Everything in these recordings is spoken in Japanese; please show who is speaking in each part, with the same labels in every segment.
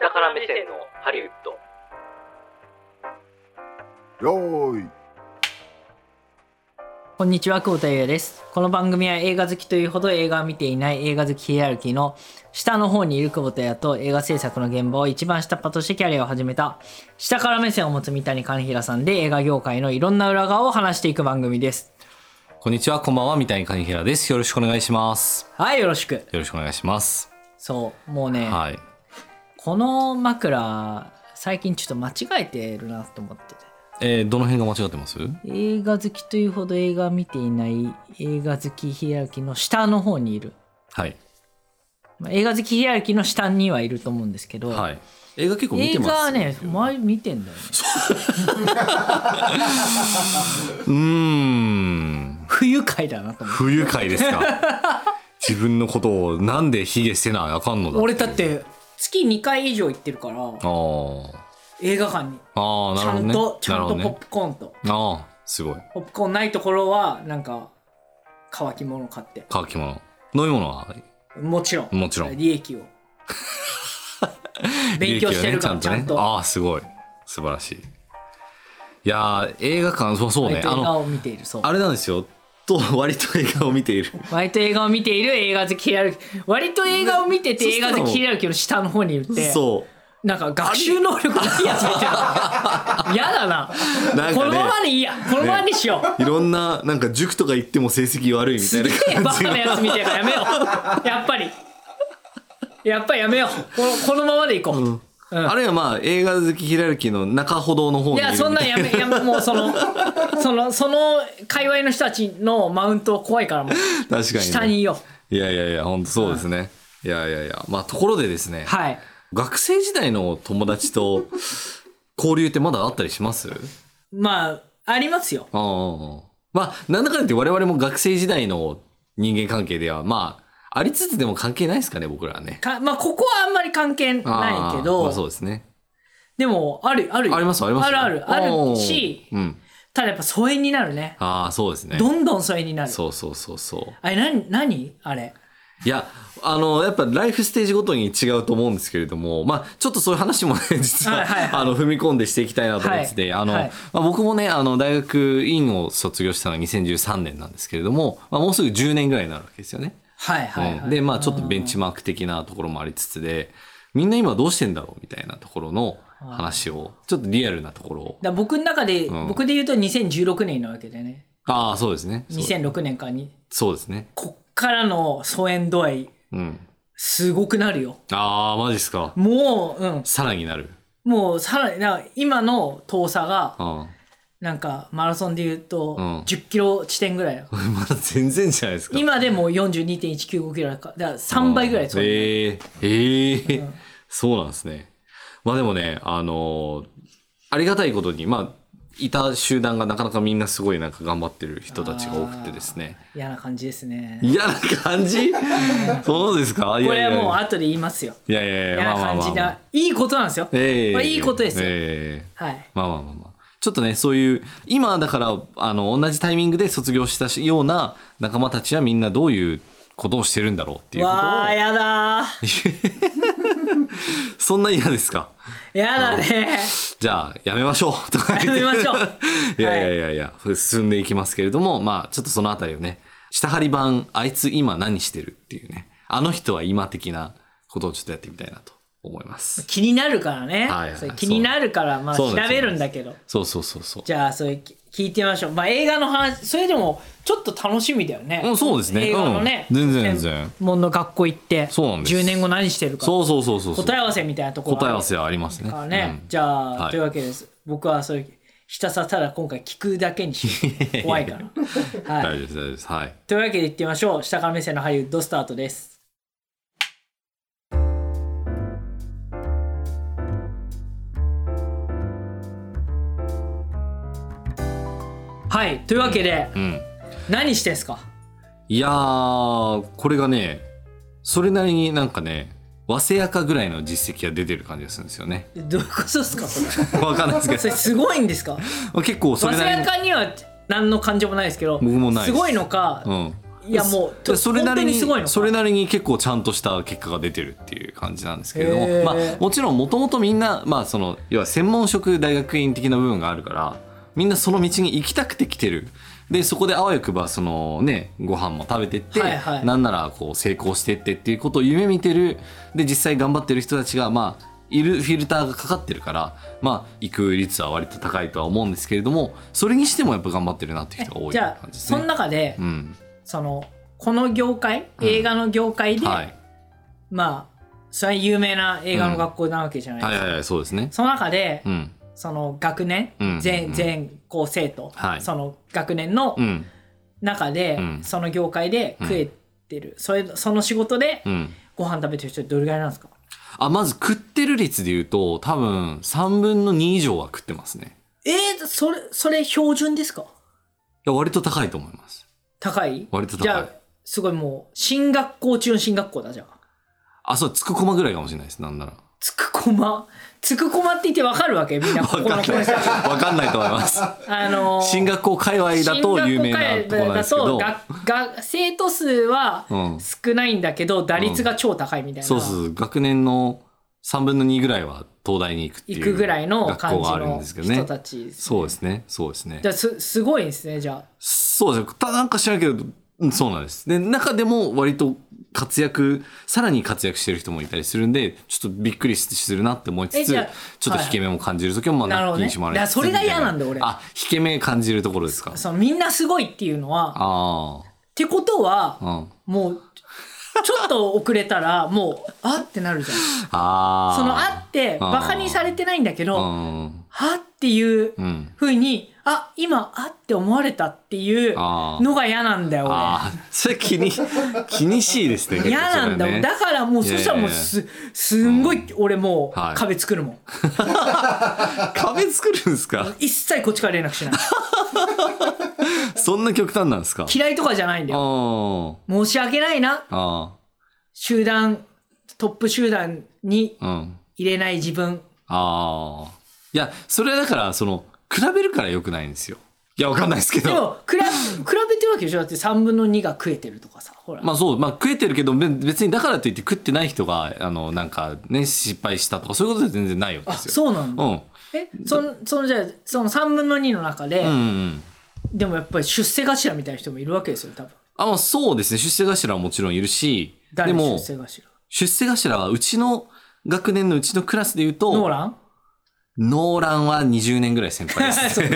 Speaker 1: 下から目線のハリウッド
Speaker 2: よーい
Speaker 3: こんにちは、久保田祐也です。この番組は映画好きというほど映画を見ていない映画好きヒエラルキーの下の方にいる久保田也と映画制作の現場を一番下っ端としてキャリアを始めた下から目線を持つ三谷兼平さんで映画業界のいろんな裏側を話していく番組です。
Speaker 4: こんにちは、こんばんは、三谷兼平です。よろしくお願いします。
Speaker 3: はい、よろしく。
Speaker 4: よろしくお願いします。
Speaker 3: そう、もうね、
Speaker 4: はい。
Speaker 3: この枕、最近ちょっと間違えてるなと思ってて。
Speaker 4: えー、どの辺が間違ってます
Speaker 3: 映画好きというほど映画を見ていない映画好きヒエラルキーの下の方にいる。
Speaker 4: はい。
Speaker 3: まあ、映画好きヒエラルキーの下にはいると思うんですけど、
Speaker 4: はい。映画結構見
Speaker 3: 映
Speaker 4: てます
Speaker 3: 画
Speaker 4: よ
Speaker 3: はね前見てんだよね
Speaker 4: うーん。
Speaker 3: 不愉快だなと思って
Speaker 4: 不愉快ですか 自分のことをなんで卑下せなあかんのだ
Speaker 3: 俺だって月2回以上行ってるから
Speaker 4: あー
Speaker 3: 映画館に
Speaker 4: あー、
Speaker 3: ち
Speaker 4: なる
Speaker 3: ゃ
Speaker 4: ほど
Speaker 3: ん
Speaker 4: ね。
Speaker 3: と、ちゃんとポッ
Speaker 4: なるほ
Speaker 3: プコーンと、
Speaker 4: どね、ああ、すごい。
Speaker 3: ポップコーンないところはなんか乾き物買って
Speaker 4: 乾き物。飲み物は
Speaker 3: もちろん
Speaker 4: もちろん
Speaker 3: 利 益を勉強してるからちゃ
Speaker 4: 利益はね
Speaker 3: んと,、
Speaker 4: ああ、すごい。素晴らしい。いやー映画館、そうそう
Speaker 3: 割
Speaker 4: ね。
Speaker 3: と
Speaker 4: あ
Speaker 3: 映
Speaker 4: の
Speaker 3: 画、を見ているそう
Speaker 4: あれなんですよ。と 割と映画を見ている。
Speaker 3: 割と映画を見ている映画好きヒエラルキー割と映画を見てて
Speaker 4: そ
Speaker 3: 映
Speaker 4: した
Speaker 3: 画
Speaker 4: らもう
Speaker 3: 好きヒエラルキーの下の方にいて
Speaker 4: そ
Speaker 3: なんか学習能力ないやつみたいな嫌だな
Speaker 4: なんかね
Speaker 3: このままでいいやこのままにしよう、
Speaker 4: う。いろんななんか塾とか行っても成績悪いみ
Speaker 3: すげ
Speaker 4: たい
Speaker 3: え
Speaker 4: な
Speaker 3: バカ
Speaker 4: 感じ
Speaker 3: な
Speaker 4: が。
Speaker 3: やつみたいからやめようやっぱりやっぱりやめようこのこのままでいこう、
Speaker 4: あるいはまあ映画好きヒラルキーの中ほどの方
Speaker 3: い
Speaker 4: にいる
Speaker 3: や
Speaker 4: み
Speaker 3: そんな
Speaker 4: た
Speaker 3: ん
Speaker 4: い
Speaker 3: やめやめもうそ のそのその界隈の人たちのマウント怖いからもう
Speaker 4: な確かに、ね、
Speaker 3: 下にいよう
Speaker 4: いやいやいや本当そうですね、いやいやいやまあところでですね、
Speaker 3: はい
Speaker 4: 学生時代の友達と 交流ってまだあったりします
Speaker 3: まあありますよ
Speaker 4: ああまあなんだかんだ言って我々も学生時代の人間関係ではまあありつつでも関係ないですかね僕らはね
Speaker 3: かまあここはあんまり関係
Speaker 4: あ
Speaker 3: な
Speaker 4: あ
Speaker 3: いけど、
Speaker 4: まあ、そうですね
Speaker 3: でもあるあるよ
Speaker 4: ありますあります
Speaker 3: あるあるあ
Speaker 4: お
Speaker 3: る
Speaker 4: ー
Speaker 3: し
Speaker 4: うん
Speaker 3: ただやっぱ疎遠になるね
Speaker 4: ああそうですね
Speaker 3: どんどん疎遠になる
Speaker 4: そうそうそうそう
Speaker 3: あれ何何あれ
Speaker 4: いや、あの、やっぱライフステージごとに違うと思うんですけれども、まあ、ちょっとそういう話も ね、実は、
Speaker 3: はいはいはい
Speaker 4: あの、踏み込んでしていきたいなと思ってて、
Speaker 3: はい
Speaker 4: あの、
Speaker 3: はい
Speaker 4: まあ、僕もね、あの、大学院を卒業したのが2013年なんですけれども、まあ、もうすぐ10年ぐらいになるわけですよね。
Speaker 3: はいはい、は
Speaker 4: うん
Speaker 3: い、
Speaker 4: で、まあ、ちょっとベンチマーク的なところもありつつで、みんな今どうしてんだろうみたいなところの話を、ちょっとリアルなところを。
Speaker 3: だから僕の中で、
Speaker 4: ん
Speaker 3: 僕で言うと2016年なわけでね
Speaker 4: ああ、そうですね。そう
Speaker 3: 2006年間に
Speaker 4: そうですね。
Speaker 3: こっからの疎遠度合い
Speaker 4: うん。
Speaker 3: すごくなるよ
Speaker 4: ああ、マジですか。
Speaker 3: もううん
Speaker 4: さらになる。
Speaker 3: もうさらになんか今の遠さが
Speaker 4: うん。
Speaker 3: なんかマラソンで言うと
Speaker 4: うん
Speaker 3: 10キロ地点ぐらいだ、
Speaker 4: まだ全然じゃないですか。
Speaker 3: 今でもう42.195キロだからだから3倍ぐらいそう、
Speaker 4: ええええそうなんですね。まあでもね、あのーありがたいことに、まあ、いた集団がなかなかみんなすごいなんか頑張ってる人たちが多くてですね。
Speaker 3: 嫌な感じですね
Speaker 4: 嫌な 感じそうですかい
Speaker 3: こ
Speaker 4: やい
Speaker 3: れは
Speaker 4: やい
Speaker 3: もう
Speaker 4: や。
Speaker 3: 後で言いますよ
Speaker 4: いやいやいや、
Speaker 3: 嫌な
Speaker 4: まあまあ
Speaker 3: 感
Speaker 4: ま
Speaker 3: じ
Speaker 4: あま
Speaker 3: な
Speaker 4: あ。
Speaker 3: いいことなんですよ、
Speaker 4: ええ
Speaker 3: これいいことですよ
Speaker 4: ええ
Speaker 3: はい
Speaker 4: まあまあまあまあ。ちょっとね、そういう、今だから、あの、同じタイミングで卒業したような仲間たちはみんなどういうことをしてるんだろうっていうことを
Speaker 3: わあやだ ー
Speaker 4: そんな嫌ですか
Speaker 3: やだね
Speaker 4: じゃあ、やめましょうとか言って
Speaker 3: やめましょう
Speaker 4: いやいやいやいや、進んでいきますけれども、まあ、ちょっとそのあたりをね、下張り版、あいつ今何してるっていうね、あの人は今的なことをちょっとやってみたいなと思います。
Speaker 3: 気になるからね、
Speaker 4: はいはい
Speaker 3: それ気になるからまあ
Speaker 4: そう
Speaker 3: 調
Speaker 4: なんです
Speaker 3: べるんだけど
Speaker 4: そうそうそうそう。
Speaker 3: じゃあそれき聞いてみましょうまあ映画の話それでもちょっと楽しみだよね、
Speaker 4: うんそうですね
Speaker 3: 映画のね、
Speaker 4: うん全然全然
Speaker 3: 専門の学校行って
Speaker 4: そうなんです
Speaker 3: 10年後何してるか
Speaker 4: そうそうそうそうそう。
Speaker 3: 答え合わせみたいなところ
Speaker 4: 答え合わせはありますね。
Speaker 3: からね、じゃあ、
Speaker 4: はい
Speaker 3: というわけです僕はそういうひたすらただ今回聞くだけにしよう怖いから、
Speaker 4: うん、
Speaker 3: は
Speaker 4: 大
Speaker 3: い、
Speaker 4: 丈夫です、大丈夫です。はい。
Speaker 3: というわけで行ってみましょう下から目線のハリウッドスタートですはいというわけで、
Speaker 4: うん。
Speaker 3: 何してんすか
Speaker 4: いやー、これがね、それなりになんかね、わせやかぐらいの実績が出てる感じがするんですよね。
Speaker 3: どういうことですかそれ
Speaker 4: わかんないです け
Speaker 3: それすごいんですか
Speaker 4: ど、結構そ
Speaker 3: 早
Speaker 4: れなり
Speaker 3: 稲田
Speaker 4: に。
Speaker 3: には何の感情もないですけど
Speaker 4: 僕もない
Speaker 3: す
Speaker 4: です
Speaker 3: ごいのか、
Speaker 4: うん。
Speaker 3: いやもう
Speaker 4: でそれなり
Speaker 3: 本
Speaker 4: に
Speaker 3: 当すごいのか
Speaker 4: それなりに結構ちゃんとした結果が出てるっていう感じなんですけれど
Speaker 3: へー
Speaker 4: も、まあ、もちろんもともとみんな、まあ、その要は専門職大学院的な部分があるからみんなその道に行きたくて来てるでそこであわよくばその、ね、ご飯も食べてって、
Speaker 3: はいはい
Speaker 4: なんならこう成功してってっていうことを夢見てるで実際頑張ってる人たちがまあいるフィルターがかかってるから、まあ、行く率は割と高いとは思うんですけれどもそれにしてもやっぱ頑張ってるなっていう人が多い
Speaker 3: じゃ
Speaker 4: 感
Speaker 3: あ
Speaker 4: じです
Speaker 3: そ
Speaker 4: ね。
Speaker 3: の中で、
Speaker 4: うん
Speaker 3: そのこの業界
Speaker 4: うん
Speaker 3: 映画の業界で、
Speaker 4: はい、
Speaker 3: まあそれは有名な映画の学校なわけじゃないですか、
Speaker 4: はいはいはいそうですね。
Speaker 3: その中で、
Speaker 4: うん
Speaker 3: その学年、
Speaker 4: うん
Speaker 3: 全
Speaker 4: うん
Speaker 3: 全校生徒、
Speaker 4: はい
Speaker 3: その学年の
Speaker 4: うん
Speaker 3: 中で、
Speaker 4: うん
Speaker 3: その業界で食えてる、それその仕事で
Speaker 4: うん。
Speaker 3: ご飯食べてる人どれぐらいなんですか
Speaker 4: あまず食ってる率で言うと多分3分の2以上は食ってますね。
Speaker 3: えー、それそれ標準ですか
Speaker 4: いや割と高いと思います。
Speaker 3: 高い
Speaker 4: 割と高い
Speaker 3: じゃあすごいもう進学校中の進学校だじゃあ
Speaker 4: あそうつくこまぐらいかもしれないですなんなら。
Speaker 3: つくこまつくこまって言ってわかるわけみんなこ
Speaker 4: わ
Speaker 3: こ
Speaker 4: か
Speaker 3: の
Speaker 4: んない。
Speaker 3: 人
Speaker 4: わかんないと思 います。
Speaker 3: あのー
Speaker 4: 進学校界隈だと有名なとこなんですけ
Speaker 3: 進学。校
Speaker 4: ど
Speaker 3: だとがが生徒数は
Speaker 4: うん
Speaker 3: 少ないんだけど、打率が超高いみたいな、
Speaker 4: そうそう学年の3分の2ぐらいは東大に行くってい
Speaker 3: 行く
Speaker 4: う
Speaker 3: ぐらいの
Speaker 4: 学
Speaker 3: 感
Speaker 4: 校
Speaker 3: じ
Speaker 4: があるん
Speaker 3: の
Speaker 4: ですけどね
Speaker 3: 人。たちですね
Speaker 4: そうですねそうですね
Speaker 3: じ。ゃあすすごいですねじゃあ
Speaker 4: そうですね。たなんか知らんけど、うんそうなんです。で、中でも割と活躍、さらに活躍してる人もいたりするんで、ちょっとびっくりしするなって思いつ
Speaker 3: えじ
Speaker 4: つ、ちょ
Speaker 3: ゃあ
Speaker 4: っと引け目も感じる時も、ま
Speaker 3: なるほ
Speaker 4: あ、
Speaker 3: どね
Speaker 4: なきにしもあらず
Speaker 3: だからそれが嫌なんだ俺
Speaker 4: あ、引け目感じるところですか。
Speaker 3: そのみんなすごいっていうのはっ
Speaker 4: あ
Speaker 3: てことは
Speaker 4: あ、うん。
Speaker 3: もうちょっと遅れた らもうあってなるじゃん
Speaker 4: ああ。
Speaker 3: そのあって
Speaker 4: あー
Speaker 3: バカにされてないんだけ
Speaker 4: う
Speaker 3: ど
Speaker 4: ん。
Speaker 3: あっていう
Speaker 4: うん。
Speaker 3: ふうにあ今あって思われたっていう
Speaker 4: あー
Speaker 3: のが嫌なんだよ俺。
Speaker 4: ああ、それ気に、気にしいですね。
Speaker 3: 嫌なんだもん、だからもう
Speaker 4: いや
Speaker 3: そ
Speaker 4: いやいや
Speaker 3: したらもうすすんごい俺も
Speaker 4: は
Speaker 3: う
Speaker 4: い
Speaker 3: 壁作るもん、
Speaker 4: ら。壁作るんですか
Speaker 3: 一切こっちから連絡しない
Speaker 4: そんな極端なんですか
Speaker 3: 嫌いとかじゃないんだ
Speaker 4: あ
Speaker 3: よ
Speaker 4: ー
Speaker 3: 申し訳ないな
Speaker 4: あ
Speaker 3: 集団トップ集団に
Speaker 4: ー。うん。
Speaker 3: 入れない自分
Speaker 4: ああ。いや、それはだから、その、比べるから良くないんですよ。いや、わかんないですけ
Speaker 3: で
Speaker 4: ど。
Speaker 3: も比べ比 べてるわけでしょだって3分の2が食えてるとかさほら、
Speaker 4: まあそう、まあ食えてるけど、べ別にだからといって食ってない人が、あの、なんかね、失敗したとか、そういうことで全然ないわけ
Speaker 3: あ
Speaker 4: ですよ。
Speaker 3: そうなんだ、
Speaker 4: うん。
Speaker 3: えそのそのじゃあその3分の2の中で、
Speaker 4: うんうん。
Speaker 3: でもやっぱり出世頭みたいな人もいるわけですよ多分
Speaker 4: あ、まあそうですね。出世頭はもちろんいるし、
Speaker 3: 誰
Speaker 4: で
Speaker 3: 出
Speaker 4: も、
Speaker 3: 世頭
Speaker 4: 出世頭はうちの学年のうちのクラスで言うと、
Speaker 3: ノーラン。
Speaker 4: ノーランは20年ぐらい先輩です
Speaker 3: そう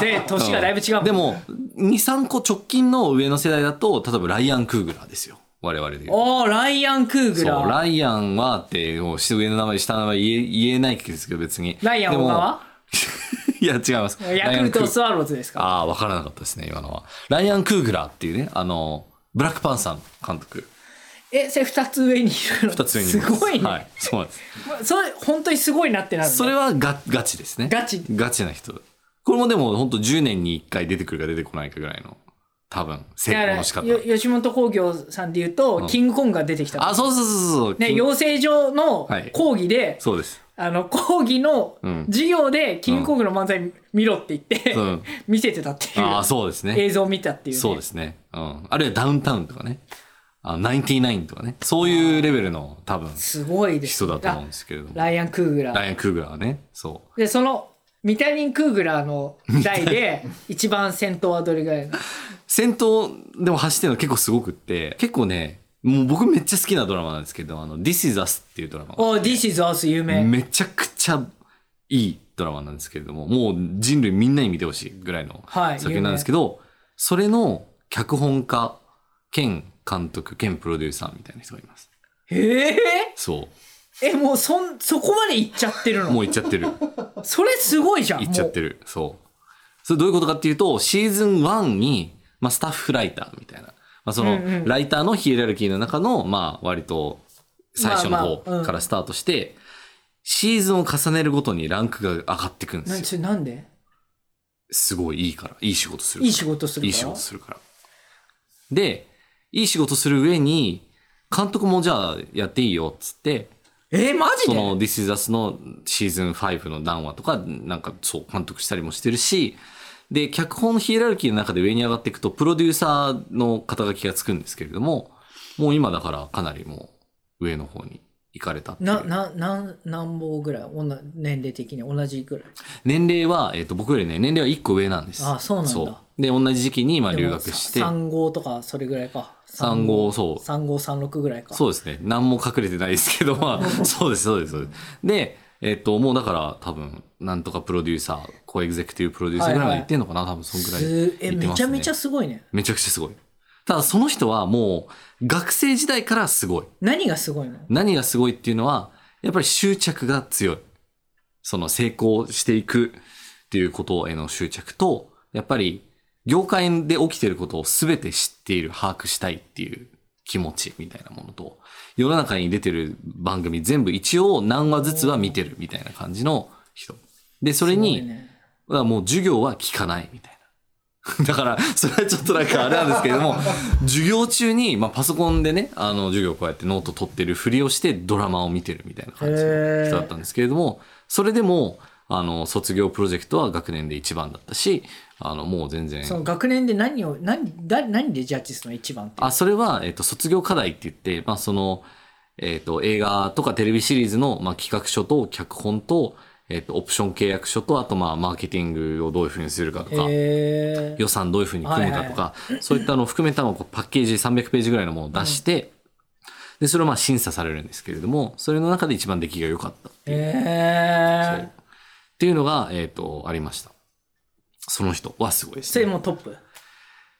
Speaker 3: で年がだいぶ違うもん
Speaker 4: でも、2、3個直近の上の世代だと、例えばライアン・クーグラーですよ。我々で言うと
Speaker 3: おーライアン・クーグラ
Speaker 4: そう、
Speaker 3: ー。
Speaker 4: ライアンはって、もう上の名前、下の名前言え言えないですけど、別に。
Speaker 3: ライアン・
Speaker 4: で
Speaker 3: 小
Speaker 4: も
Speaker 3: 川
Speaker 4: いや、違います。
Speaker 3: ヤクルトス
Speaker 4: ワ
Speaker 3: ワローズですか
Speaker 4: ああー、わからなかったですね、今のは。ライアン・クーグラーっていうね、あの、ブラックパンサーの監督。
Speaker 3: え、それ二つ上にいるの
Speaker 4: 二つ上にい
Speaker 3: す
Speaker 4: ます。
Speaker 3: ごいね。
Speaker 4: はい、そう なんです。
Speaker 3: それ、本当にすごいなってなるね
Speaker 4: それはガガチですね。
Speaker 3: ガチ
Speaker 4: ガチな人。これもでも、本当10年に1回出てくるか出てこないかぐらいの、多分、成
Speaker 3: だか
Speaker 4: 功
Speaker 3: ら
Speaker 4: の仕方。
Speaker 3: よ吉本興業さんで言うと、キングコングが出てきた
Speaker 4: あ、そうそうそうそう。
Speaker 3: ね、
Speaker 4: 金
Speaker 3: 養成所の
Speaker 4: はい
Speaker 3: 講義で、
Speaker 4: そうです。
Speaker 3: あの、講義の
Speaker 4: うん
Speaker 3: 授業で、キングコングの漫才見ろって言って、
Speaker 4: うん
Speaker 3: 見せてたっていう、
Speaker 4: ああ、そうですね。
Speaker 3: 映像を見たっていう、ね。
Speaker 4: そうですね。うん。あるいはダウンタウンとかね。あナインティナインとかね。そういうレベルの多分
Speaker 3: すごいです
Speaker 4: 人
Speaker 3: ね
Speaker 4: だと思うんですけれども。
Speaker 3: あ
Speaker 4: ラ
Speaker 3: ライアン・クーグラー。
Speaker 4: イアン・クーグラーはね。そ
Speaker 3: でそのミタニン・クーグラーの代 で一番先頭はどれぐらいなの
Speaker 4: う。戦闘でも走ってるの結構すごくって、結構ね、もう僕めっちゃ好きなドラマなんですけど、あの、This is Us っていうドラマが
Speaker 3: お This is Us 有名
Speaker 4: めちゃくちゃいいドラマなんですけれども、もう人類みんなに見てほしいぐらいの
Speaker 3: はい
Speaker 4: 作品なんですけど、それの脚本家兼監督兼プロデューサーみたいな人がいます。
Speaker 3: え
Speaker 4: そ
Speaker 3: ー、えもうそんそこまで行っちゃってる
Speaker 4: う。も
Speaker 3: の
Speaker 4: う行っちゃってる。
Speaker 3: それすごいじゃん
Speaker 4: 行っちゃってる。そう。それどういうことかっていうと、シーズン1に、まあ、スタッフライターみたいな。まあ、その、
Speaker 3: うんうん
Speaker 4: ライターのヒエラルキーの中の、まあ、割と、最初
Speaker 3: まあ
Speaker 4: の
Speaker 3: まあう
Speaker 4: 方
Speaker 3: ん
Speaker 4: からスタートして、シーズンを重ねるごとにランクが上がっていくんで
Speaker 3: もうな
Speaker 4: す
Speaker 3: そ
Speaker 4: よ。
Speaker 3: れなんです
Speaker 4: ごいいいから。いい仕事するから。
Speaker 3: いい仕事するから
Speaker 4: いい仕事するから。で、いい仕事する上に、監督もじゃあやっていいよっつって、
Speaker 3: えー、マジ
Speaker 4: そ
Speaker 3: で
Speaker 4: の This Is Us のシーズン5の何話とか、なんかそう、監督したりもしてるし、で脚本のヒエラルキーの中で上に上がっていくとプロデューサーの肩書きがつくんですけれどももう今だからかなりもう上の方に行かれたっていう
Speaker 3: な、な、なん、何本ぐらいおな年齢的に同じぐらい。
Speaker 4: 年齢は、えっと僕よりね年齢は1個上なんです
Speaker 3: ああ、そうなんだ。
Speaker 4: で同じ時期に今留学して
Speaker 3: 3号とかそれぐらいか。
Speaker 4: 三号そう
Speaker 3: 3号36ぐらいか。
Speaker 4: そうですね。何も隠れてないですけど、まあ、そうです、そうです、そうです。で、えっと、もうだから多分、なんとかプロデューサー、コエグゼクティブプロデューサーぐらいまで行ってんのかな、多分そんぐらい。
Speaker 3: すえ、
Speaker 4: 行って
Speaker 3: め
Speaker 4: ま
Speaker 3: ち
Speaker 4: す
Speaker 3: ゃ
Speaker 4: ね
Speaker 3: めちゃすごいね。
Speaker 4: めちゃくちゃすごい。ただその人はもう、学生時代からすごい。
Speaker 3: 何がすごいの
Speaker 4: 何がすごいっていうのは、やっぱり執着が強い。その成功していくっていうことへの執着と、やっぱり業界で起きてることを全て知っている、把握したいっていう気持ちみたいなものと、世の中に出てる番組全部一応何話ずつは見てるみたいな感じの人。で、それ
Speaker 3: すごい
Speaker 4: に、
Speaker 3: ね
Speaker 4: あもう授業は聞かない みたいな。だから、それはちょっとなんかあれなんですけれども、 授業中に、まあ、パソコンでね、あの、授業こうやってノート取ってるふりをしてドラマを見てるみたいな感じの人だったんですけれども、それでも、あの、卒業プロジェクトは学年で一番だったし、あの、もう全然。
Speaker 3: その学年で何を、何、だ何でジャッジするの一番って。
Speaker 4: あ、それは、えっと、卒業課題って言って、まあ、その、えっと、映画とかテレビシリーズの、まあ、企画書と脚本と、えっと、オプション契約書と、あと、まあ、マーケティングをどういうふうにするかとか、
Speaker 3: へえ
Speaker 4: 予算どういうふうに組むかとか、そういったのを含めたのをこうパッケージ300ページぐらいのものを出して、で、それをまあ審査されるんですけれども、それの中で一番出来が良かったっていう、そう
Speaker 3: へえ
Speaker 4: っていうのが、えっ、と、ありました。その人はすごいです、
Speaker 3: それ
Speaker 4: ね。
Speaker 3: もトップ。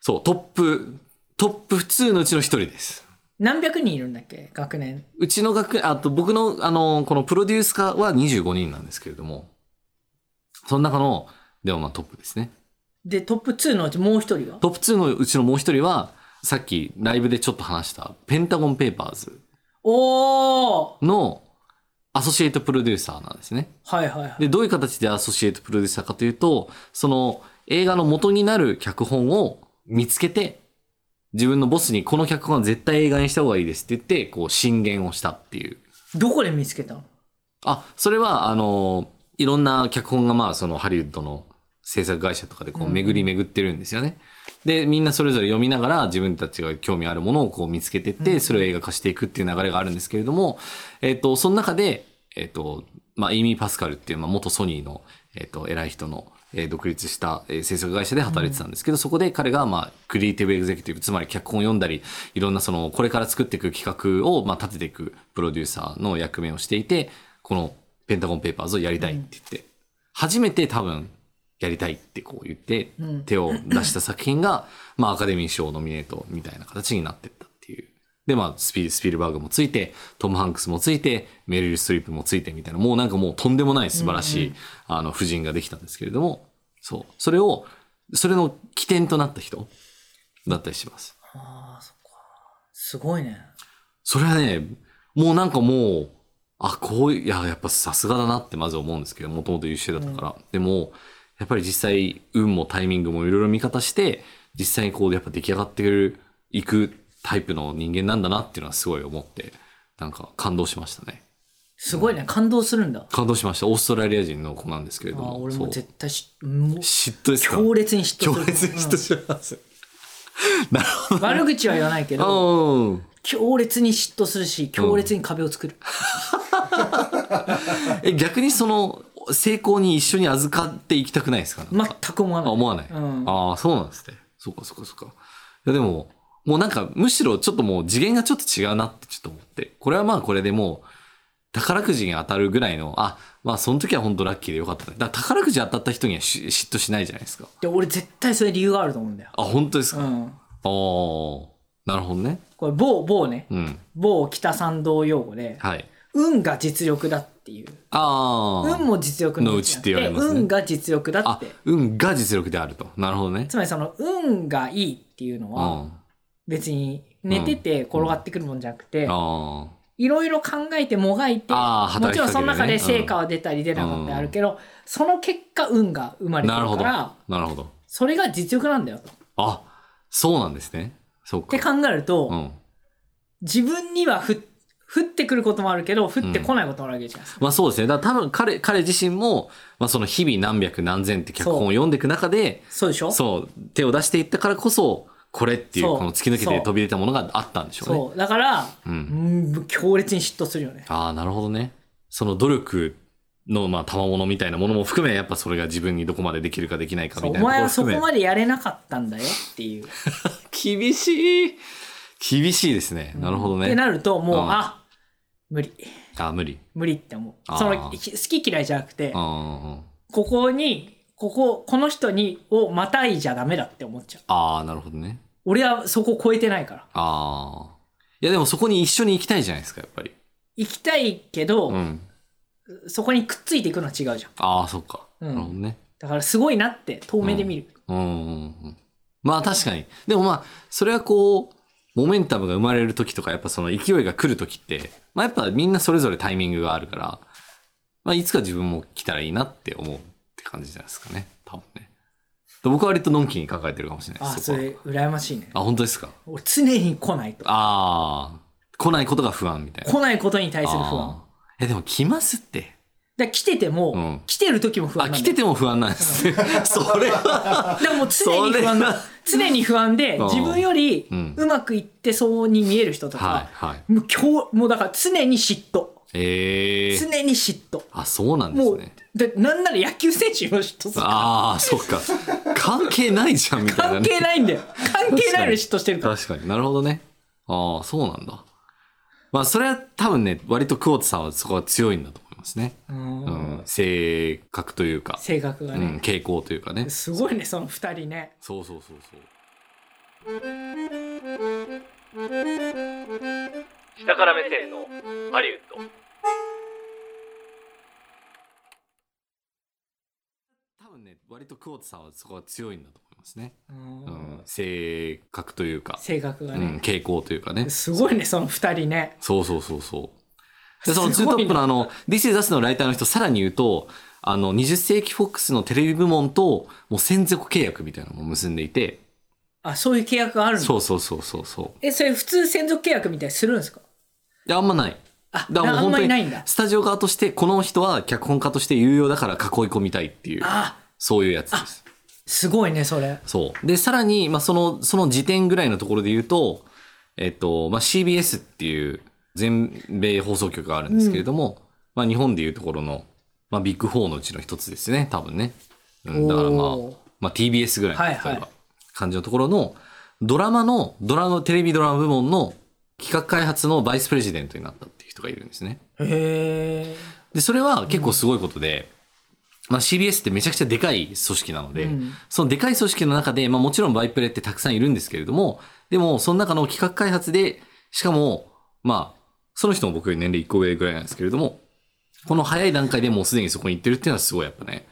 Speaker 4: そう、トップ、トップ普通のうちの一人です。
Speaker 3: 何百人いるんだっけ学年。
Speaker 4: うちの学、あと僕の、あの、このプロデュース科は25人なんですけれども、その中の、でもまあトップですね。
Speaker 3: で、トップ2のうちもう一人は
Speaker 4: トップ2のうちのもう一人は、さっきライブでちょっと話した、ペンタゴンペーパーズ
Speaker 3: おお
Speaker 4: のアソシエイトプロデューサーなんですね。
Speaker 3: はいはいはい。
Speaker 4: で、どういう形でアソシエイトプロデューサーかというと、その映画の元になる脚本を見つけて、自分のボスにこの脚本は絶対映画にした方がいいですって言って、こう進言をしたっていう。
Speaker 3: どこで見つけたの
Speaker 4: あ、それはあの、いろんな脚本がまあそのハリウッドの制作会社とかでこ
Speaker 3: う
Speaker 4: うん巡り巡ってるんですよね。で、みんなそれぞれ読みながら自分たちが興味あるものをこう見つけてっ
Speaker 3: う
Speaker 4: て、
Speaker 3: ん
Speaker 4: それを映画化していくっていう流れがあるんですけれども、えっと、その中で、えっと、まあ、エイミー・パスカルっていう、まあ、元ソニーの、えっと、偉い人の、えー独立した、えー制作会社で働いてたんですけど、そこで彼が、まあ、クリエイティブエグゼクティブ、つまり脚本を読んだり、いろんなその、これから作っていく企画を、まあ、立てていくプロデューサーの役目をしていて、このペンタゴンペーパーズをやりたいって言って、初めて多分、やりたいってこう言って
Speaker 3: うん、
Speaker 4: 手を出した作品が、まあ、アカデミー賞ノミネートみたいな形になってったっていう。で、まあ、スピスピルバーグもついて、トム・ハンクスもついて、メリル・ストリップもついてみたいな、もうなんかもうとんでもない素晴らしい、あの、夫人ができたんですけれども、そう。それを、それの起点となった人だったりします。
Speaker 3: ああ、そっか。すごいね。
Speaker 4: それはね、もうなんかもう、あ、こういう、いや、やっぱさすがだなってまず思うんですけど、もともと優秀だったから。でも、やっぱり実際、運もタイミングもいろいろ見方して、実際にこう、やっぱ出来上がってる、いくタイプの人間なんだなっていうのはすごい思って、なんか感動しましたね。
Speaker 3: すごいね。感動するんだ。
Speaker 4: 感動しました。オーストラリア人の子なんですけれ
Speaker 3: あ
Speaker 4: ど
Speaker 3: あ
Speaker 4: も。
Speaker 3: 俺
Speaker 4: そう
Speaker 3: も絶対し、もう
Speaker 4: 嫉妬ですか
Speaker 3: 強烈に嫉
Speaker 4: 強
Speaker 3: 妬する。
Speaker 4: 烈に嫉妬します。なるほ
Speaker 3: うん悪口は言わないけど、
Speaker 4: ど。うん
Speaker 3: 強烈に嫉妬するし、強烈に壁を作る。
Speaker 4: え逆にその、成功に一緒に預かっていきたくないですかなんか
Speaker 3: 全く思わ
Speaker 4: あ
Speaker 3: ない。
Speaker 4: 思わない。
Speaker 3: うん
Speaker 4: ああ、そうなんですね。そうか、そうか、そうか。いや、でも、もうなんか、むしろちょっともう次元がちょっと違うなってちょっと思って。これはまあ、これでもう、宝くじに当たるぐらいの、あ、まあ、その時は本当ラッキーでよかったね。だから宝くじ当たった人にはし嫉妬しないじゃないですか。
Speaker 3: で、俺絶対それ理由があると思うんだよ。
Speaker 4: あ、本当です
Speaker 3: う
Speaker 4: か。ああ
Speaker 3: ん。
Speaker 4: ー、なるほどね。
Speaker 3: これ、某、某ね。
Speaker 4: うん。
Speaker 3: 某北参道用語で、
Speaker 4: はい。
Speaker 3: 運が実力だっていう。
Speaker 4: ああ。
Speaker 3: 運も実力
Speaker 4: のうちって言われますね
Speaker 3: 運が実力だっ
Speaker 4: あ
Speaker 3: て。、
Speaker 4: 運が実力であると。なるほどね。
Speaker 3: つまりその、運がいいっていうの
Speaker 4: うん。
Speaker 3: は、
Speaker 4: あ
Speaker 3: 別に寝てて転がってくるもんじゃなくて、
Speaker 4: あ。
Speaker 3: いろいろ考えてもがいて
Speaker 4: あー
Speaker 3: も
Speaker 4: 働
Speaker 3: ち
Speaker 4: きかけてね
Speaker 3: ろんその中で成果は出たり出なかったりあるけど、その結果運が生まれて
Speaker 4: なる
Speaker 3: る
Speaker 4: ほ
Speaker 3: か
Speaker 4: ど。
Speaker 3: ら
Speaker 4: なるほど。
Speaker 3: それが実力なんだよと。っ
Speaker 4: あ、そうなんですね。そうか。
Speaker 3: て考えると、
Speaker 4: うん。
Speaker 3: 自分にはふ降ってくることもあるけど降ってこないこともあるわけじゃないですか、
Speaker 4: まあそうですね。だから多分彼、彼自身も、まあその日々何百何千って脚本を読んでいく中で、
Speaker 3: そうでしょ
Speaker 4: そう、手を出していったからこそ、これっていう、
Speaker 3: そう
Speaker 4: この突き抜けて飛び出たものがあったんでしょうね。
Speaker 3: そうだから、
Speaker 4: うん
Speaker 3: うん強烈に嫉妬するよね
Speaker 4: ああ、なるほどね。その努力の、まあ、賜物みたいなものも含め、やっぱそれが自分にどこまでできるかできないか
Speaker 3: そう
Speaker 4: み
Speaker 3: お
Speaker 4: たいな
Speaker 3: 前
Speaker 4: と
Speaker 3: は
Speaker 4: こ
Speaker 3: そ
Speaker 4: ろ
Speaker 3: こ
Speaker 4: 含
Speaker 3: ま
Speaker 4: め。
Speaker 3: でやれなかったんだよっていう。
Speaker 4: 厳しい。厳しいですね。なるほど
Speaker 3: って
Speaker 4: ね。
Speaker 3: なるともう、
Speaker 4: うん
Speaker 3: あ無理
Speaker 4: あー無理。
Speaker 3: 無理って思
Speaker 4: あ
Speaker 3: う。
Speaker 4: ー
Speaker 3: そのひ好き嫌いじゃなくて
Speaker 4: うんうんうん
Speaker 3: ここにこここの人にをまたいじゃダメだって思っちゃう。
Speaker 4: ああ、なるほどね。
Speaker 3: 俺はそこ超えてないから
Speaker 4: ああ。いや、でもそこに一緒に行きたいじゃないですか、やっぱり。
Speaker 3: 行きたいけど、
Speaker 4: うん。
Speaker 3: そこにくっついていくのは違うじゃん。
Speaker 4: ああ、そっか。
Speaker 3: うん
Speaker 4: なるほどね。
Speaker 3: だからすごいなって遠目で見る。
Speaker 4: うんうんうん。まあ確かに。でもまあ、それはこう、モメンタムが生まれる時とか、やっぱその勢いが来る時って、まあやっぱみんなそれぞれタイミングがあるから、まあいつか自分も来たらいいなって思うって感じじゃないですかね。多分ね。で僕は割とのんきに考えてるかもしれない
Speaker 3: あ
Speaker 4: で
Speaker 3: あ
Speaker 4: す。
Speaker 3: そ
Speaker 4: そこは
Speaker 3: れ羨ましいね。
Speaker 4: あ、本当ですか。
Speaker 3: 俺常に来ないと
Speaker 4: ああ、来ないことが不安みたいな。
Speaker 3: 来ないことに対する不安。
Speaker 4: あーえ、でも来ますって。
Speaker 3: で来てても、
Speaker 4: うん
Speaker 3: 来てる時も不
Speaker 4: あ、
Speaker 3: 安なんだよ
Speaker 4: 来てても不安なんで すね。それは。
Speaker 3: でももう常に不安だ常に不安で
Speaker 4: うん
Speaker 3: 自分より
Speaker 4: うん
Speaker 3: うまくいってそうに見える人と
Speaker 4: はい
Speaker 3: か、
Speaker 4: はい。
Speaker 3: もう今日もうだから常に嫉妬
Speaker 4: ええー。
Speaker 3: 常に嫉妬
Speaker 4: あ、そうなんで
Speaker 3: も
Speaker 4: す
Speaker 3: う
Speaker 4: ね。
Speaker 3: でなんなら野球選手も嫉妬する
Speaker 4: ああ、そっか。関係ないじゃん、みたいな、
Speaker 3: 関
Speaker 4: ね。
Speaker 3: 係ないんだよ関係ないのに嫉妬してるから
Speaker 4: 確かになるほどね。ああ、そうなんだ。まあ、それは多分ね、割とクォーツさんはそこは強いんだと思いますね。
Speaker 3: うん
Speaker 4: うん。性格というか、
Speaker 3: 性格が
Speaker 4: うん、
Speaker 3: ね、
Speaker 4: 傾向というかね。
Speaker 3: すごいねその二人ね
Speaker 4: そうそうそうそう。
Speaker 1: 下から目線のハリウッド
Speaker 4: 多分ね、割とクォーツさんはそこは強いんだと思いますね。
Speaker 3: うん
Speaker 4: うん。性格というか、
Speaker 3: 性格が
Speaker 4: うん、
Speaker 3: ね、
Speaker 4: 傾向というかね。
Speaker 3: すごいねその二人ね
Speaker 4: そうそうそうそう。で、その
Speaker 3: す
Speaker 4: ツー
Speaker 3: ご
Speaker 4: ト
Speaker 3: いね
Speaker 4: ップのあの、This is Us のライターの人、さらに言うと、あの、20世紀フォックスのテレビ部門と、もう専属契約みたいなのも結んでいて、
Speaker 3: あそういう契約があるの
Speaker 4: そうそうそうそうそう。
Speaker 3: えそれ普通専属契約みたいにするんですか
Speaker 4: で、あんまない。
Speaker 3: あ
Speaker 4: だからもう
Speaker 3: あん
Speaker 4: 本
Speaker 3: まり
Speaker 4: 当に
Speaker 3: ないんだ、
Speaker 4: スタジオ側として、この人は脚本家として有用だから囲い込みたいっていう、
Speaker 3: あ
Speaker 4: そういうやつです。
Speaker 3: すごいねそれ
Speaker 4: そう。で、さらに、まあ、その、その時点ぐらいのところで言うと、えっと、まあ、CBS っていう全米放送局があるんですけれども、まあ、日本でいうところの、まあ、ビッグ4のうちの一つですね、多分ね。うん、だからまあ
Speaker 3: おー、
Speaker 4: まあ、TBS ぐらいの、
Speaker 3: はいはい
Speaker 4: 例えば感じのところの、ドラマの、ドラマ、テレビドラマ部門の企画開発のバイスプレジデントになったっていう人がいるんですね。
Speaker 3: へえ
Speaker 4: で、それは結構すごいことで、まあ CBS ってめちゃくちゃでかい組織なので、
Speaker 3: うん
Speaker 4: そのでかい組織の中で、まあもちろんバイプレってたくさんいるんですけれども、でもその中の企画開発で、しかも、まあ、その人も僕より年齢1個上ぐらいなんですけれども、この早い段階でもうすでにそこに行ってるっていうのはすごいやっぱね、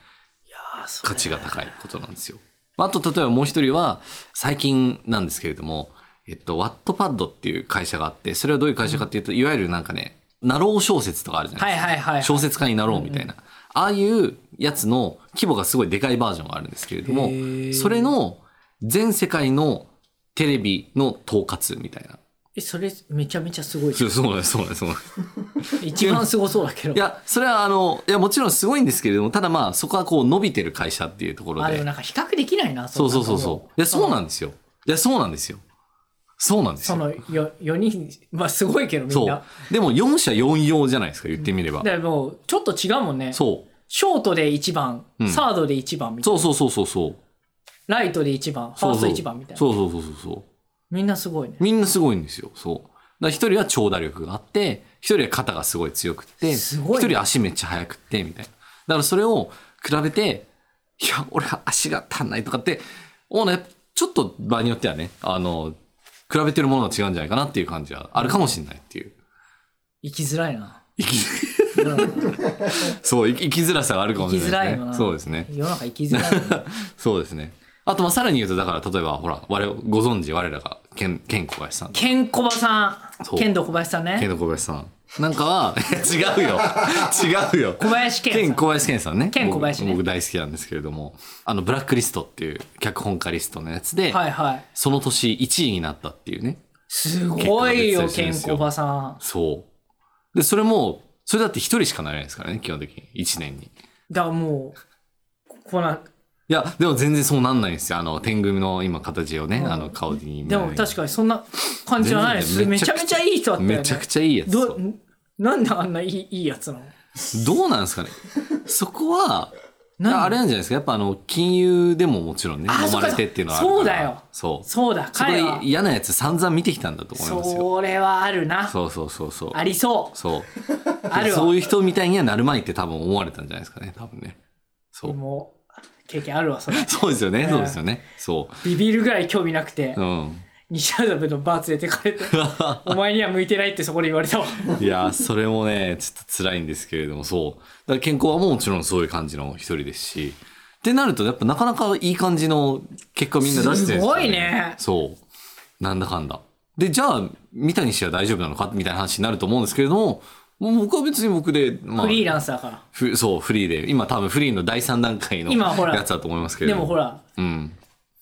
Speaker 3: あそれ
Speaker 4: 価値が高いことなんですよ。あと、例えばもう一人は、最近なんですけれども、えっと、ワットパッドっていう会社があって、それはどういう会社かっていうと、いわゆるなんかね、ナロー小説とかあるじゃないですか。
Speaker 3: はいはいはいはい
Speaker 4: 小説家になろうみたいな。ああいうやつの規模がすごいでかいバージョンがあるんですけれど
Speaker 3: へ
Speaker 4: も、
Speaker 3: ー
Speaker 4: それの全世界のテレビの統括みたいな。
Speaker 3: えそれめちゃめちゃすごいじ
Speaker 4: そ
Speaker 3: ゃ
Speaker 4: うそうなんです、そうなんです、そうなんです。
Speaker 3: ん一番すごそうだけど
Speaker 4: いや、それはあの、いや、もちろんすごいんですけれども、ただまあ、そこはこう伸びてる会社っていうところ
Speaker 3: あ
Speaker 4: で
Speaker 3: でも。なんか比較できないな
Speaker 4: そうそうそうそう。いや、そうなん
Speaker 3: ん
Speaker 4: ですよ。いや、そうなんですよ。そうなんです
Speaker 3: そ
Speaker 4: よ。
Speaker 3: のよ4人まあすごいけどみん
Speaker 4: そ
Speaker 3: な
Speaker 4: う。でも、4社4用じゃないですか、言ってみれば
Speaker 3: だか。らもうちょっと違うもんね
Speaker 4: そう。
Speaker 3: ショートで1番、
Speaker 4: うん
Speaker 3: サードで1番みたい
Speaker 4: そ
Speaker 3: な
Speaker 4: うそうそうそうそう。
Speaker 3: ライトで1番ファ
Speaker 4: そう
Speaker 3: ー
Speaker 4: そう
Speaker 3: スト1番みたいな
Speaker 4: そうそうそうそうそう。
Speaker 3: みんなすごいね
Speaker 4: みんなすごいんですよ。そう。だから一人は長打力があって、一人は肩がすごい強くって、
Speaker 3: す
Speaker 4: 一
Speaker 3: ごいね
Speaker 4: 人足めっちゃ速くって、みたいな。だからそれを比べて、いや、俺は足が足んないとかって、おうね、ちょっと場合によってはね、あの、比べてるものは違うんじゃないかなっていう感じはあるかもしれないっていう。
Speaker 3: 生きづらいな
Speaker 4: 生き
Speaker 3: うん
Speaker 4: そう、生き生きづらさがあるかもしれないです
Speaker 3: 生きづらい
Speaker 4: ね。
Speaker 3: な
Speaker 4: そうですね。
Speaker 3: 世の中生きづらいよね
Speaker 4: そうですね。あと、まあ、さらに言うと、だから、例えば、ほら、我々、ご存知、我らが、ケン、ケン小林さん。ケ
Speaker 3: ケンコバさん
Speaker 4: そう
Speaker 3: ケンド小林さんね
Speaker 4: ンの小林さん。なんかは、 違うよ。違うよ。
Speaker 3: 小林健さん
Speaker 4: ケン小林健さんね。
Speaker 3: ケン小林ね
Speaker 4: 僕僕大好きなんですけれども、あの、ブラックリストっていう脚本家リストのやつで、
Speaker 3: はいはい
Speaker 4: その年1位になったっていうね。
Speaker 3: すごいよ
Speaker 4: 結果が出てたりす
Speaker 3: ケ
Speaker 4: るんで
Speaker 3: ン
Speaker 4: す
Speaker 3: コ
Speaker 4: よ
Speaker 3: バさん
Speaker 4: そう。で、それも、それだって一人しかなれないですからね、基本的に。一年に。
Speaker 3: だからもう、ここな、
Speaker 4: いや、でも全然そうなんないんですよ。あの、天狗の今形をね、
Speaker 3: うん
Speaker 4: あの、顔に見
Speaker 3: で
Speaker 4: られる。
Speaker 3: も確かにそんな感じはないです。
Speaker 4: 全然
Speaker 3: め
Speaker 4: め
Speaker 3: ち
Speaker 4: ち
Speaker 3: ゃ
Speaker 4: ゃ
Speaker 3: め
Speaker 4: く
Speaker 3: ち
Speaker 4: ち
Speaker 3: ゃ
Speaker 4: ゃ
Speaker 3: いい人だったよ、ね。
Speaker 4: めちゃくちゃいいやつ。
Speaker 3: どんなんであんないいいいやつなの
Speaker 4: どうなんですかね。そこは、
Speaker 3: なんで
Speaker 4: あれなんじゃないですか。やっぱあの、金融でももちろんね、
Speaker 3: あ
Speaker 4: 揉
Speaker 3: そっか
Speaker 4: まれてっていうのはあるから。
Speaker 3: そうだよ
Speaker 4: そう。
Speaker 3: そうだ、
Speaker 4: そこで
Speaker 3: 彼は。
Speaker 4: 嫌なやつ散々見てきたんだと思いますよ。
Speaker 3: それはあるな。
Speaker 4: そうそうそうそう。
Speaker 3: ありそう。
Speaker 4: そう。
Speaker 3: あるわ。
Speaker 4: そういう人みたいにはなるまいって多分思われたんじゃないですかね、多分ね。そう。
Speaker 3: もう経験あるわ、 それ。
Speaker 4: そうですよね、
Speaker 3: ね
Speaker 4: そうですよね。そ
Speaker 3: ビビるぐらい興味なくて
Speaker 4: う。う、ん。
Speaker 3: 西麻布のバー連れてか れて、お前には向いてないってそこで言われたわ。
Speaker 4: いやー、それもね、ちょっと辛いんですけれども、そう。だから健康はもちろんそういう感じの一人ですし。ってなると、やっぱなかなかいい感じの結果みんな出してるんですよ、
Speaker 3: すごいね
Speaker 4: そう。なんだかんだ。で、じゃあ、三谷氏は大丈夫なのかみたいな話になると思うんですけれども、もう僕は別に僕で、まあ
Speaker 3: フリーランスだから。
Speaker 4: ふそう、フリーで。今多分フリーの第3段階の
Speaker 3: 今ほら
Speaker 4: やつだと思いますけれ
Speaker 3: で
Speaker 4: ども。
Speaker 3: もほら、
Speaker 4: うん。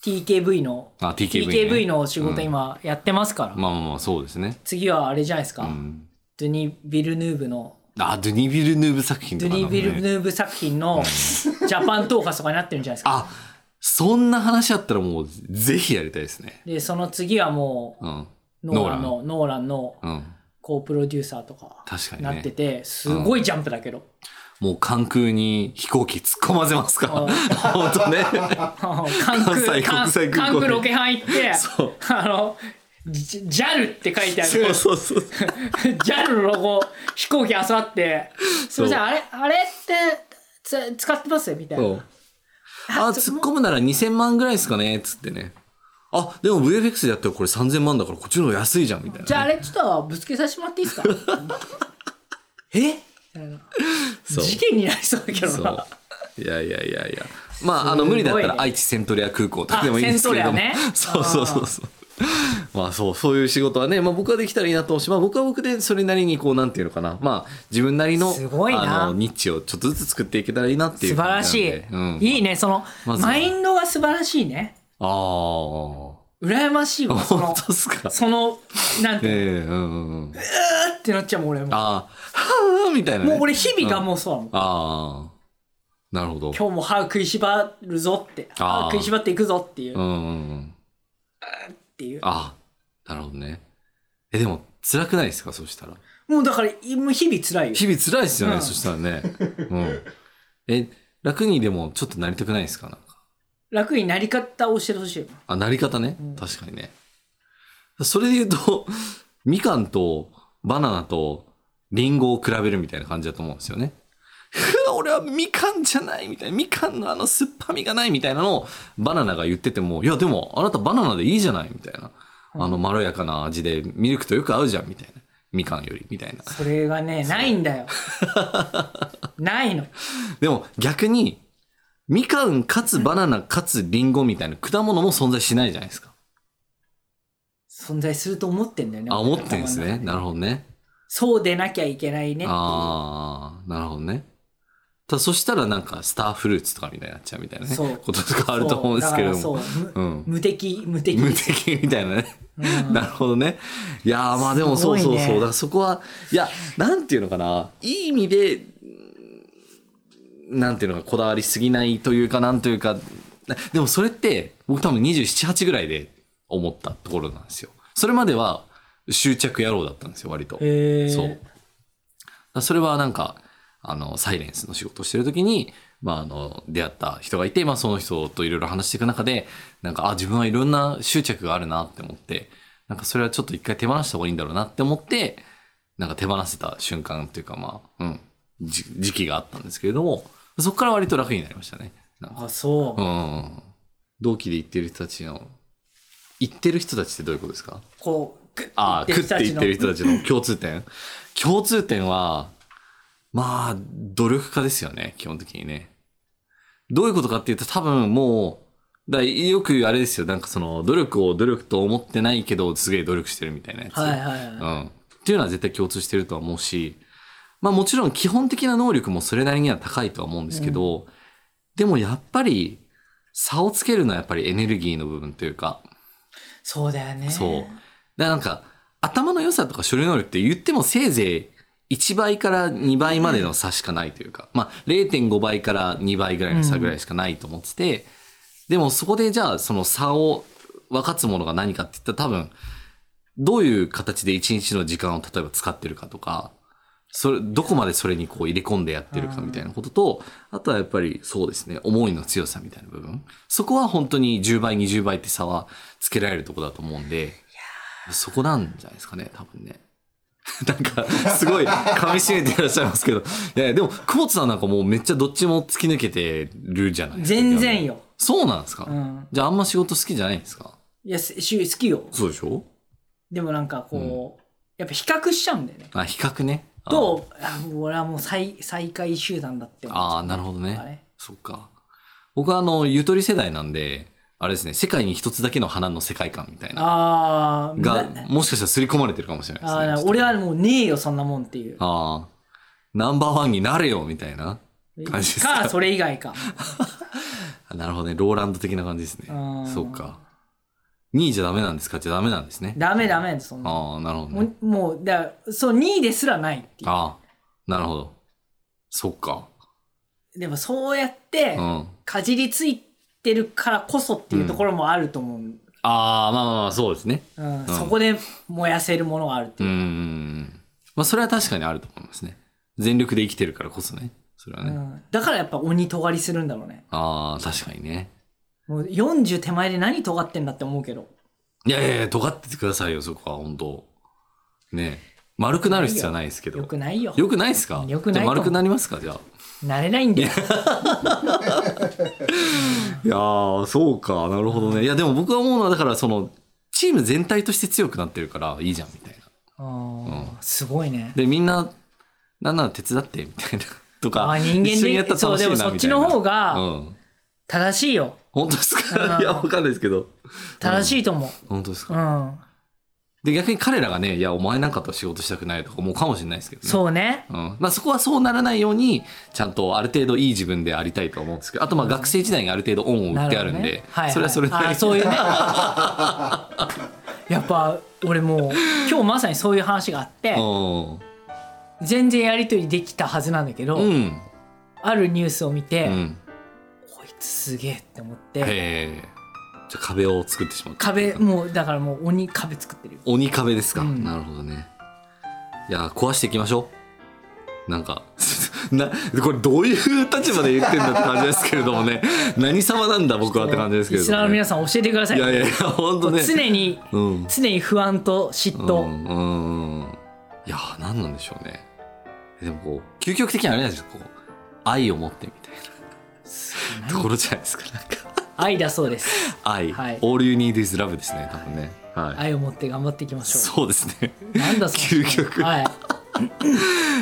Speaker 3: TKV の、
Speaker 4: あ TKV ね
Speaker 3: TKV の仕事今やってますから。
Speaker 4: まあまあまあ、そうですね。
Speaker 3: 次はあれじゃないですか。
Speaker 4: うん。
Speaker 3: ドゥニ・ビルヌーブの、
Speaker 4: あ、ドゥニ・ビルヌーブ作品
Speaker 3: ド
Speaker 4: と
Speaker 3: ゥ
Speaker 4: かな
Speaker 3: ニ・
Speaker 4: の
Speaker 3: ビ
Speaker 4: ね
Speaker 3: ルヌーブ作品のジャパントーカスとかになってるんじゃないですか。
Speaker 4: あ、そんな話あったらもう、ぜひやりたいですね。
Speaker 3: で、その次はも
Speaker 4: うん。
Speaker 3: う、ノーランの、ノーランの
Speaker 4: うん。
Speaker 3: コープロデューサーとか
Speaker 4: 確かにね
Speaker 3: なってて、すごいジャンプだけど。
Speaker 4: もう関空に飛行機突っ込ませますから。本 当ね。
Speaker 3: 関
Speaker 4: 関
Speaker 3: 空関
Speaker 4: 西国際空港
Speaker 3: 関空ロケハン行って
Speaker 4: そう
Speaker 3: あのジ JAL って書いてあ
Speaker 4: そう
Speaker 3: る
Speaker 4: そうそう。
Speaker 3: JAL のロゴ飛行機あさって「すいませんあれあれってつ使ってます?」みたい
Speaker 4: そ
Speaker 3: な
Speaker 4: うあ、突っ込むなら2000万ぐらいですかね、つってね。あ、でも VFX でやったらこれ3000万だからこっちの方が安いじゃん、みたい
Speaker 3: 「
Speaker 4: な。
Speaker 3: じゃああれちょっとぶつけさせてもらっていいですか?」えみたいな
Speaker 4: そう
Speaker 3: 事件になりそうだけど
Speaker 4: そう
Speaker 3: ない
Speaker 4: やいやいやいやまああ
Speaker 3: す
Speaker 4: の
Speaker 3: ごいね
Speaker 4: 無理だったら愛知セントレア空港とかでもいいんですけれども、
Speaker 3: あセントレアね
Speaker 4: そうそうそうそうまあそうそういう仕事はね、まあ、僕はできたらいいなと思うし、まあ、僕は僕でそれなりにこうなんていうのかなまあ自分なりの
Speaker 3: すごいな
Speaker 4: あのニッチをちょっとずつ作っていけたらいいなってい
Speaker 3: 素
Speaker 4: う
Speaker 3: 晴らしい、
Speaker 4: 感じなんでうん
Speaker 3: いいねその、
Speaker 4: まずは
Speaker 3: マインドが素晴らしいね
Speaker 4: ああ
Speaker 3: 羨ましいわそ
Speaker 4: 本
Speaker 3: の
Speaker 4: 当っすか
Speaker 3: そのなんて、
Speaker 4: ええうんうんうん
Speaker 3: ってなっちゃうもん俺も
Speaker 4: ああはあみたいな、ね、
Speaker 3: もう俺日々がもうそうだもん
Speaker 4: ああなるほど
Speaker 3: 今日も歯食いしばるぞって
Speaker 4: あー
Speaker 3: 歯食いしばっていくぞっていうっ
Speaker 4: うんうんうん
Speaker 3: ていう
Speaker 4: あなるほどね。え、でも、辛くないですかそしたら。
Speaker 3: もうだからいもう日々辛いよ
Speaker 4: 日々辛いですよね、
Speaker 3: うん
Speaker 4: そしたらね。うん。え、楽にでもちょっとなりたくないですかなんか。
Speaker 3: 楽になり方を教えてほしいよ
Speaker 4: あ、なり方ね
Speaker 3: うん。
Speaker 4: 確かにね。それで言うと、 みかんとバナナとリンゴを比べるみたいな感じだと思うんですよね。 ふわ俺はみかんじゃないみたいな、みかんのあの酸っぱみがないみたいなのをバナナが言ってても、いやでもあなたバナナでいいじゃないみたいな。あのまろやかな味でミルクとよく合うじゃんみたいな。みかんよりみたいな。
Speaker 3: それがねないん だよないの
Speaker 4: でも逆に、みかんかつバナナかつリンゴみたいな果物も存在しないじゃないですか。
Speaker 3: 存在すると思ってんだよね
Speaker 4: あ、思ってんで
Speaker 3: 頭
Speaker 4: す
Speaker 3: の
Speaker 4: ね。
Speaker 3: 中
Speaker 4: なるほどね。
Speaker 3: そうでなきゃいけないねっていう
Speaker 4: ああ、なるほどね。ただそしたらなんかスターフルーツとかみたいになっちゃうみたいなね。
Speaker 3: そう
Speaker 4: こととかあると思うんですけれど
Speaker 3: そ
Speaker 4: も
Speaker 3: う。だからそう
Speaker 4: う
Speaker 3: む
Speaker 4: ん。
Speaker 3: 無敵無敵
Speaker 4: 無敵みたいなね。
Speaker 3: うん
Speaker 4: なるほどね。いやーまあでもそう
Speaker 3: す
Speaker 4: そ
Speaker 3: ご
Speaker 4: う
Speaker 3: い
Speaker 4: そう。
Speaker 3: ね
Speaker 4: だからそこは、いや、なんていうのかな。いい意味で、うんなんていうのか、こだわりすぎないというか、なんというか。なでもそれって、僕多分27、8ぐらいで思ったところなんですよ。それまでは執着野郎だったんですよ、割と。
Speaker 3: へー
Speaker 4: そう。だからそれはなんか、あの、サイレンスの仕事をしてる時に、まあ、あの、出会った人がいて、まあ、その人といろいろ話していく中で、なんか、あ、自分はいろんな執着があるなって思って、なんか、それはちょっと一回手放した方がいいんだろうなって思って、なんか手放せた瞬間というか、まあ、うん、じ時期があったんですけれども、そこから割と楽になりましたね。なんか
Speaker 3: あそう、
Speaker 4: うん。同期で行ってる人たちの、行ってる人たちってどういうことですか
Speaker 3: こうグッ
Speaker 4: ああ、食って言ってる人
Speaker 3: たち
Speaker 4: たちの共通点。共通点は、まあ、努力家ですよね、基本的にね。どういうことかっていうと、多分もう、だよくあれですよ、なんかその、努力を努力と思ってないけど、すげえ努力してるみたいなやつ。
Speaker 3: のはいはいはい、
Speaker 4: うん。っていうのは絶対共通してるとは思うし、まあもちろん基本的な能力もそれなりには高いとは思うんですけど、でもやっぱり、差をつけるのはやっぱりエネルギーの部分というか、
Speaker 3: そうだよね
Speaker 4: そう。だからなんか、頭の良さとか処理能力って言ってもせいぜ1倍から2倍までの差しかないというか、まあ、0.5倍から2倍ぐらいの差ぐらいしかないと思ってて、でもそこでじゃあその差を分かつものが何かって言ったら多分どういう形で1日の時間を例えば使ってるかとかそれどこまでそれにこう入れ込んでやってるかみたいなこととあとはやっぱりそうですね思いの強さみたいな部分そこは本当に10倍20倍って差はつけられるとこだと思うんでそこなんじゃないですかね多分ね。 なんか、すごい、噛み締めていらっしゃいますけど。いやいや、でも、久保田さんなんかもうめっちゃどっちも突き抜けてるじゃないですか。
Speaker 3: 全然よ。
Speaker 4: そうなんですか、
Speaker 3: うん。
Speaker 4: じゃああんま仕事好きじゃないんですか
Speaker 3: いや、しし好きよ。
Speaker 4: そうでしょ
Speaker 3: でもなんかこう、やっぱ比較しちゃうんだよね。
Speaker 4: あ、比較ね。あ
Speaker 3: と、あもう俺はもう最最下位集団だって思っちゃう
Speaker 4: ああ、なるほど
Speaker 3: あれ
Speaker 4: ね。そっか。僕はあの、ゆとり世代なんで、あれですね、世界に一つだけの花の世界観みたいな。
Speaker 3: あー
Speaker 4: が
Speaker 3: な、
Speaker 4: もしかしたら刷り込まれてるかもしれないです
Speaker 3: あ
Speaker 4: ね。
Speaker 3: ー
Speaker 4: ちょっと
Speaker 3: 俺はもうねえよそんなもんっていう
Speaker 4: ああ。ナンバーワンになれよ、みたいな。 感じですか
Speaker 3: かそれ以外か
Speaker 4: あなるほどね。ローランド的な感じですね
Speaker 3: うん。
Speaker 4: そうか。2位じゃダメなんですかじゃダメなんですね。
Speaker 3: ダメダメそんな
Speaker 4: ああ、なるほど
Speaker 3: も
Speaker 4: ね。
Speaker 3: うもうだからそう2位ですらないってい
Speaker 4: ああ、なるほど。そっか。
Speaker 3: うでもそうやって
Speaker 4: うん。
Speaker 3: かじりついてるからこそっていうところもあると思う、うん
Speaker 4: ああ、まあまあまあ、そうですね。ん
Speaker 3: そこで燃やせるものがあるって
Speaker 4: う
Speaker 3: い
Speaker 4: ん
Speaker 3: う、
Speaker 4: うんうん。まあ、それは確かにあると思いますね。全力で生きてるからこそね。それはね。
Speaker 3: うんだからやっぱ鬼尖りするんだろうね
Speaker 4: ああ、確かにね。
Speaker 3: もう40手前で何尖ってんだって思うけど
Speaker 4: いやいやいや、尖っててくださいよ、そこは、本当ねえ丸くなる必要はないですけど。
Speaker 3: よくないよ
Speaker 4: よくないですか
Speaker 3: よくないと
Speaker 4: じゃ
Speaker 3: 思
Speaker 4: あ
Speaker 3: う
Speaker 4: 丸くなりますかじゃあ。
Speaker 3: なれないんだよ
Speaker 4: いやー、そうか、なるほどね。いや、でも僕は思うのは、だから、その、チーム全体として強くなってるから、いいじゃん、みたいな。
Speaker 3: あーすごいね
Speaker 4: で、みんな、なんなら手伝って、みたいな。 とか、
Speaker 3: あ人間で
Speaker 4: 一緒にやったら楽しい
Speaker 3: そうで
Speaker 4: な、みたいな。
Speaker 3: もそっちの方が
Speaker 4: うん。
Speaker 3: 正しいよ
Speaker 4: 本当です
Speaker 3: う
Speaker 4: か
Speaker 3: ん
Speaker 4: いや、わかんないですけど。
Speaker 3: 正しいと思
Speaker 4: 本当です
Speaker 3: う
Speaker 4: か、
Speaker 3: うん、
Speaker 4: で、逆に彼らがね、いや、お前なんかとは仕事したくないとか思うかもしれないですけどね。う。
Speaker 3: そうね
Speaker 4: ん。まあ、そこはそうならないように、ちゃんとある程度いい自分でありたいと思うんですけど、あと、まあ、学生時代にある程度恩を売ってある
Speaker 3: なほど
Speaker 4: んで、
Speaker 3: ねはいはい
Speaker 4: それはそれで。
Speaker 3: あーそういう ねやっぱ俺もう今日まさにそういう話があって全然やり取りできたはずなんだけど、
Speaker 4: うん。うん。
Speaker 3: あるニュースを見て、
Speaker 4: うん。
Speaker 3: こいつすげえって思って
Speaker 4: へえ。じゃあ壁を作ってしまう。
Speaker 3: 壁もうだからもう鬼壁作ってるよ
Speaker 4: 鬼壁ですか、
Speaker 3: うん
Speaker 4: なるほどね。いや、壊していきましょう。なんか、 な、これどういう立場で言ってんだって感じですけれどもね。 何様なんだ僕はって感じですけ
Speaker 3: リ
Speaker 4: れ
Speaker 3: ス
Speaker 4: ど
Speaker 3: ナーの
Speaker 4: も、ね。
Speaker 3: 皆さん教えてください
Speaker 4: いやいやいや、ほんとね。
Speaker 3: 常に
Speaker 4: うん。
Speaker 3: 常に不安と嫉
Speaker 4: う
Speaker 3: 妬、
Speaker 4: んうん。いや、何なんでしょうね。でもこう、究極的にはあれなんですよ。こう、愛を持ってみたいなところじゃないですか。なんか、
Speaker 3: 愛だそうです
Speaker 4: 愛。
Speaker 3: はい
Speaker 4: All you need is love ですね、多分ね。はい。
Speaker 3: 愛を持って頑張っていきましょ
Speaker 4: そうですね。
Speaker 3: うなんだその
Speaker 4: 究極
Speaker 3: はい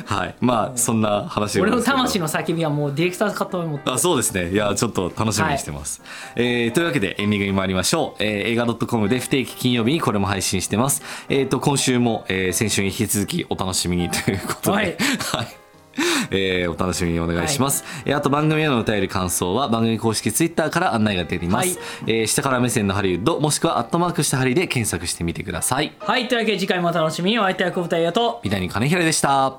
Speaker 4: はい。まあ、そんな話
Speaker 3: 俺
Speaker 4: があ
Speaker 3: の
Speaker 4: るんですけど
Speaker 3: 魂の叫びはもうディレクターかと思って
Speaker 4: あそうですね。いや、ちょっと楽しみにしてます。えーというわけでエンディングに参りましょう。えー映画 .com で不定期金曜日にこれも配信してます。えっ、と、今週も、えー先週に引き続きお楽しみにということで。
Speaker 3: はい
Speaker 4: はいえーお楽しみにお願いします、えーあと番組へのお便り感想は番組公式ツイッターから案内が出ています、
Speaker 3: はい
Speaker 4: えー下から目線のハリウッドもしくはアットマークしたハリで検索してみてください
Speaker 3: はいというわけで次回もお楽しみにお相手は久保田優也と
Speaker 4: 三谷金平でした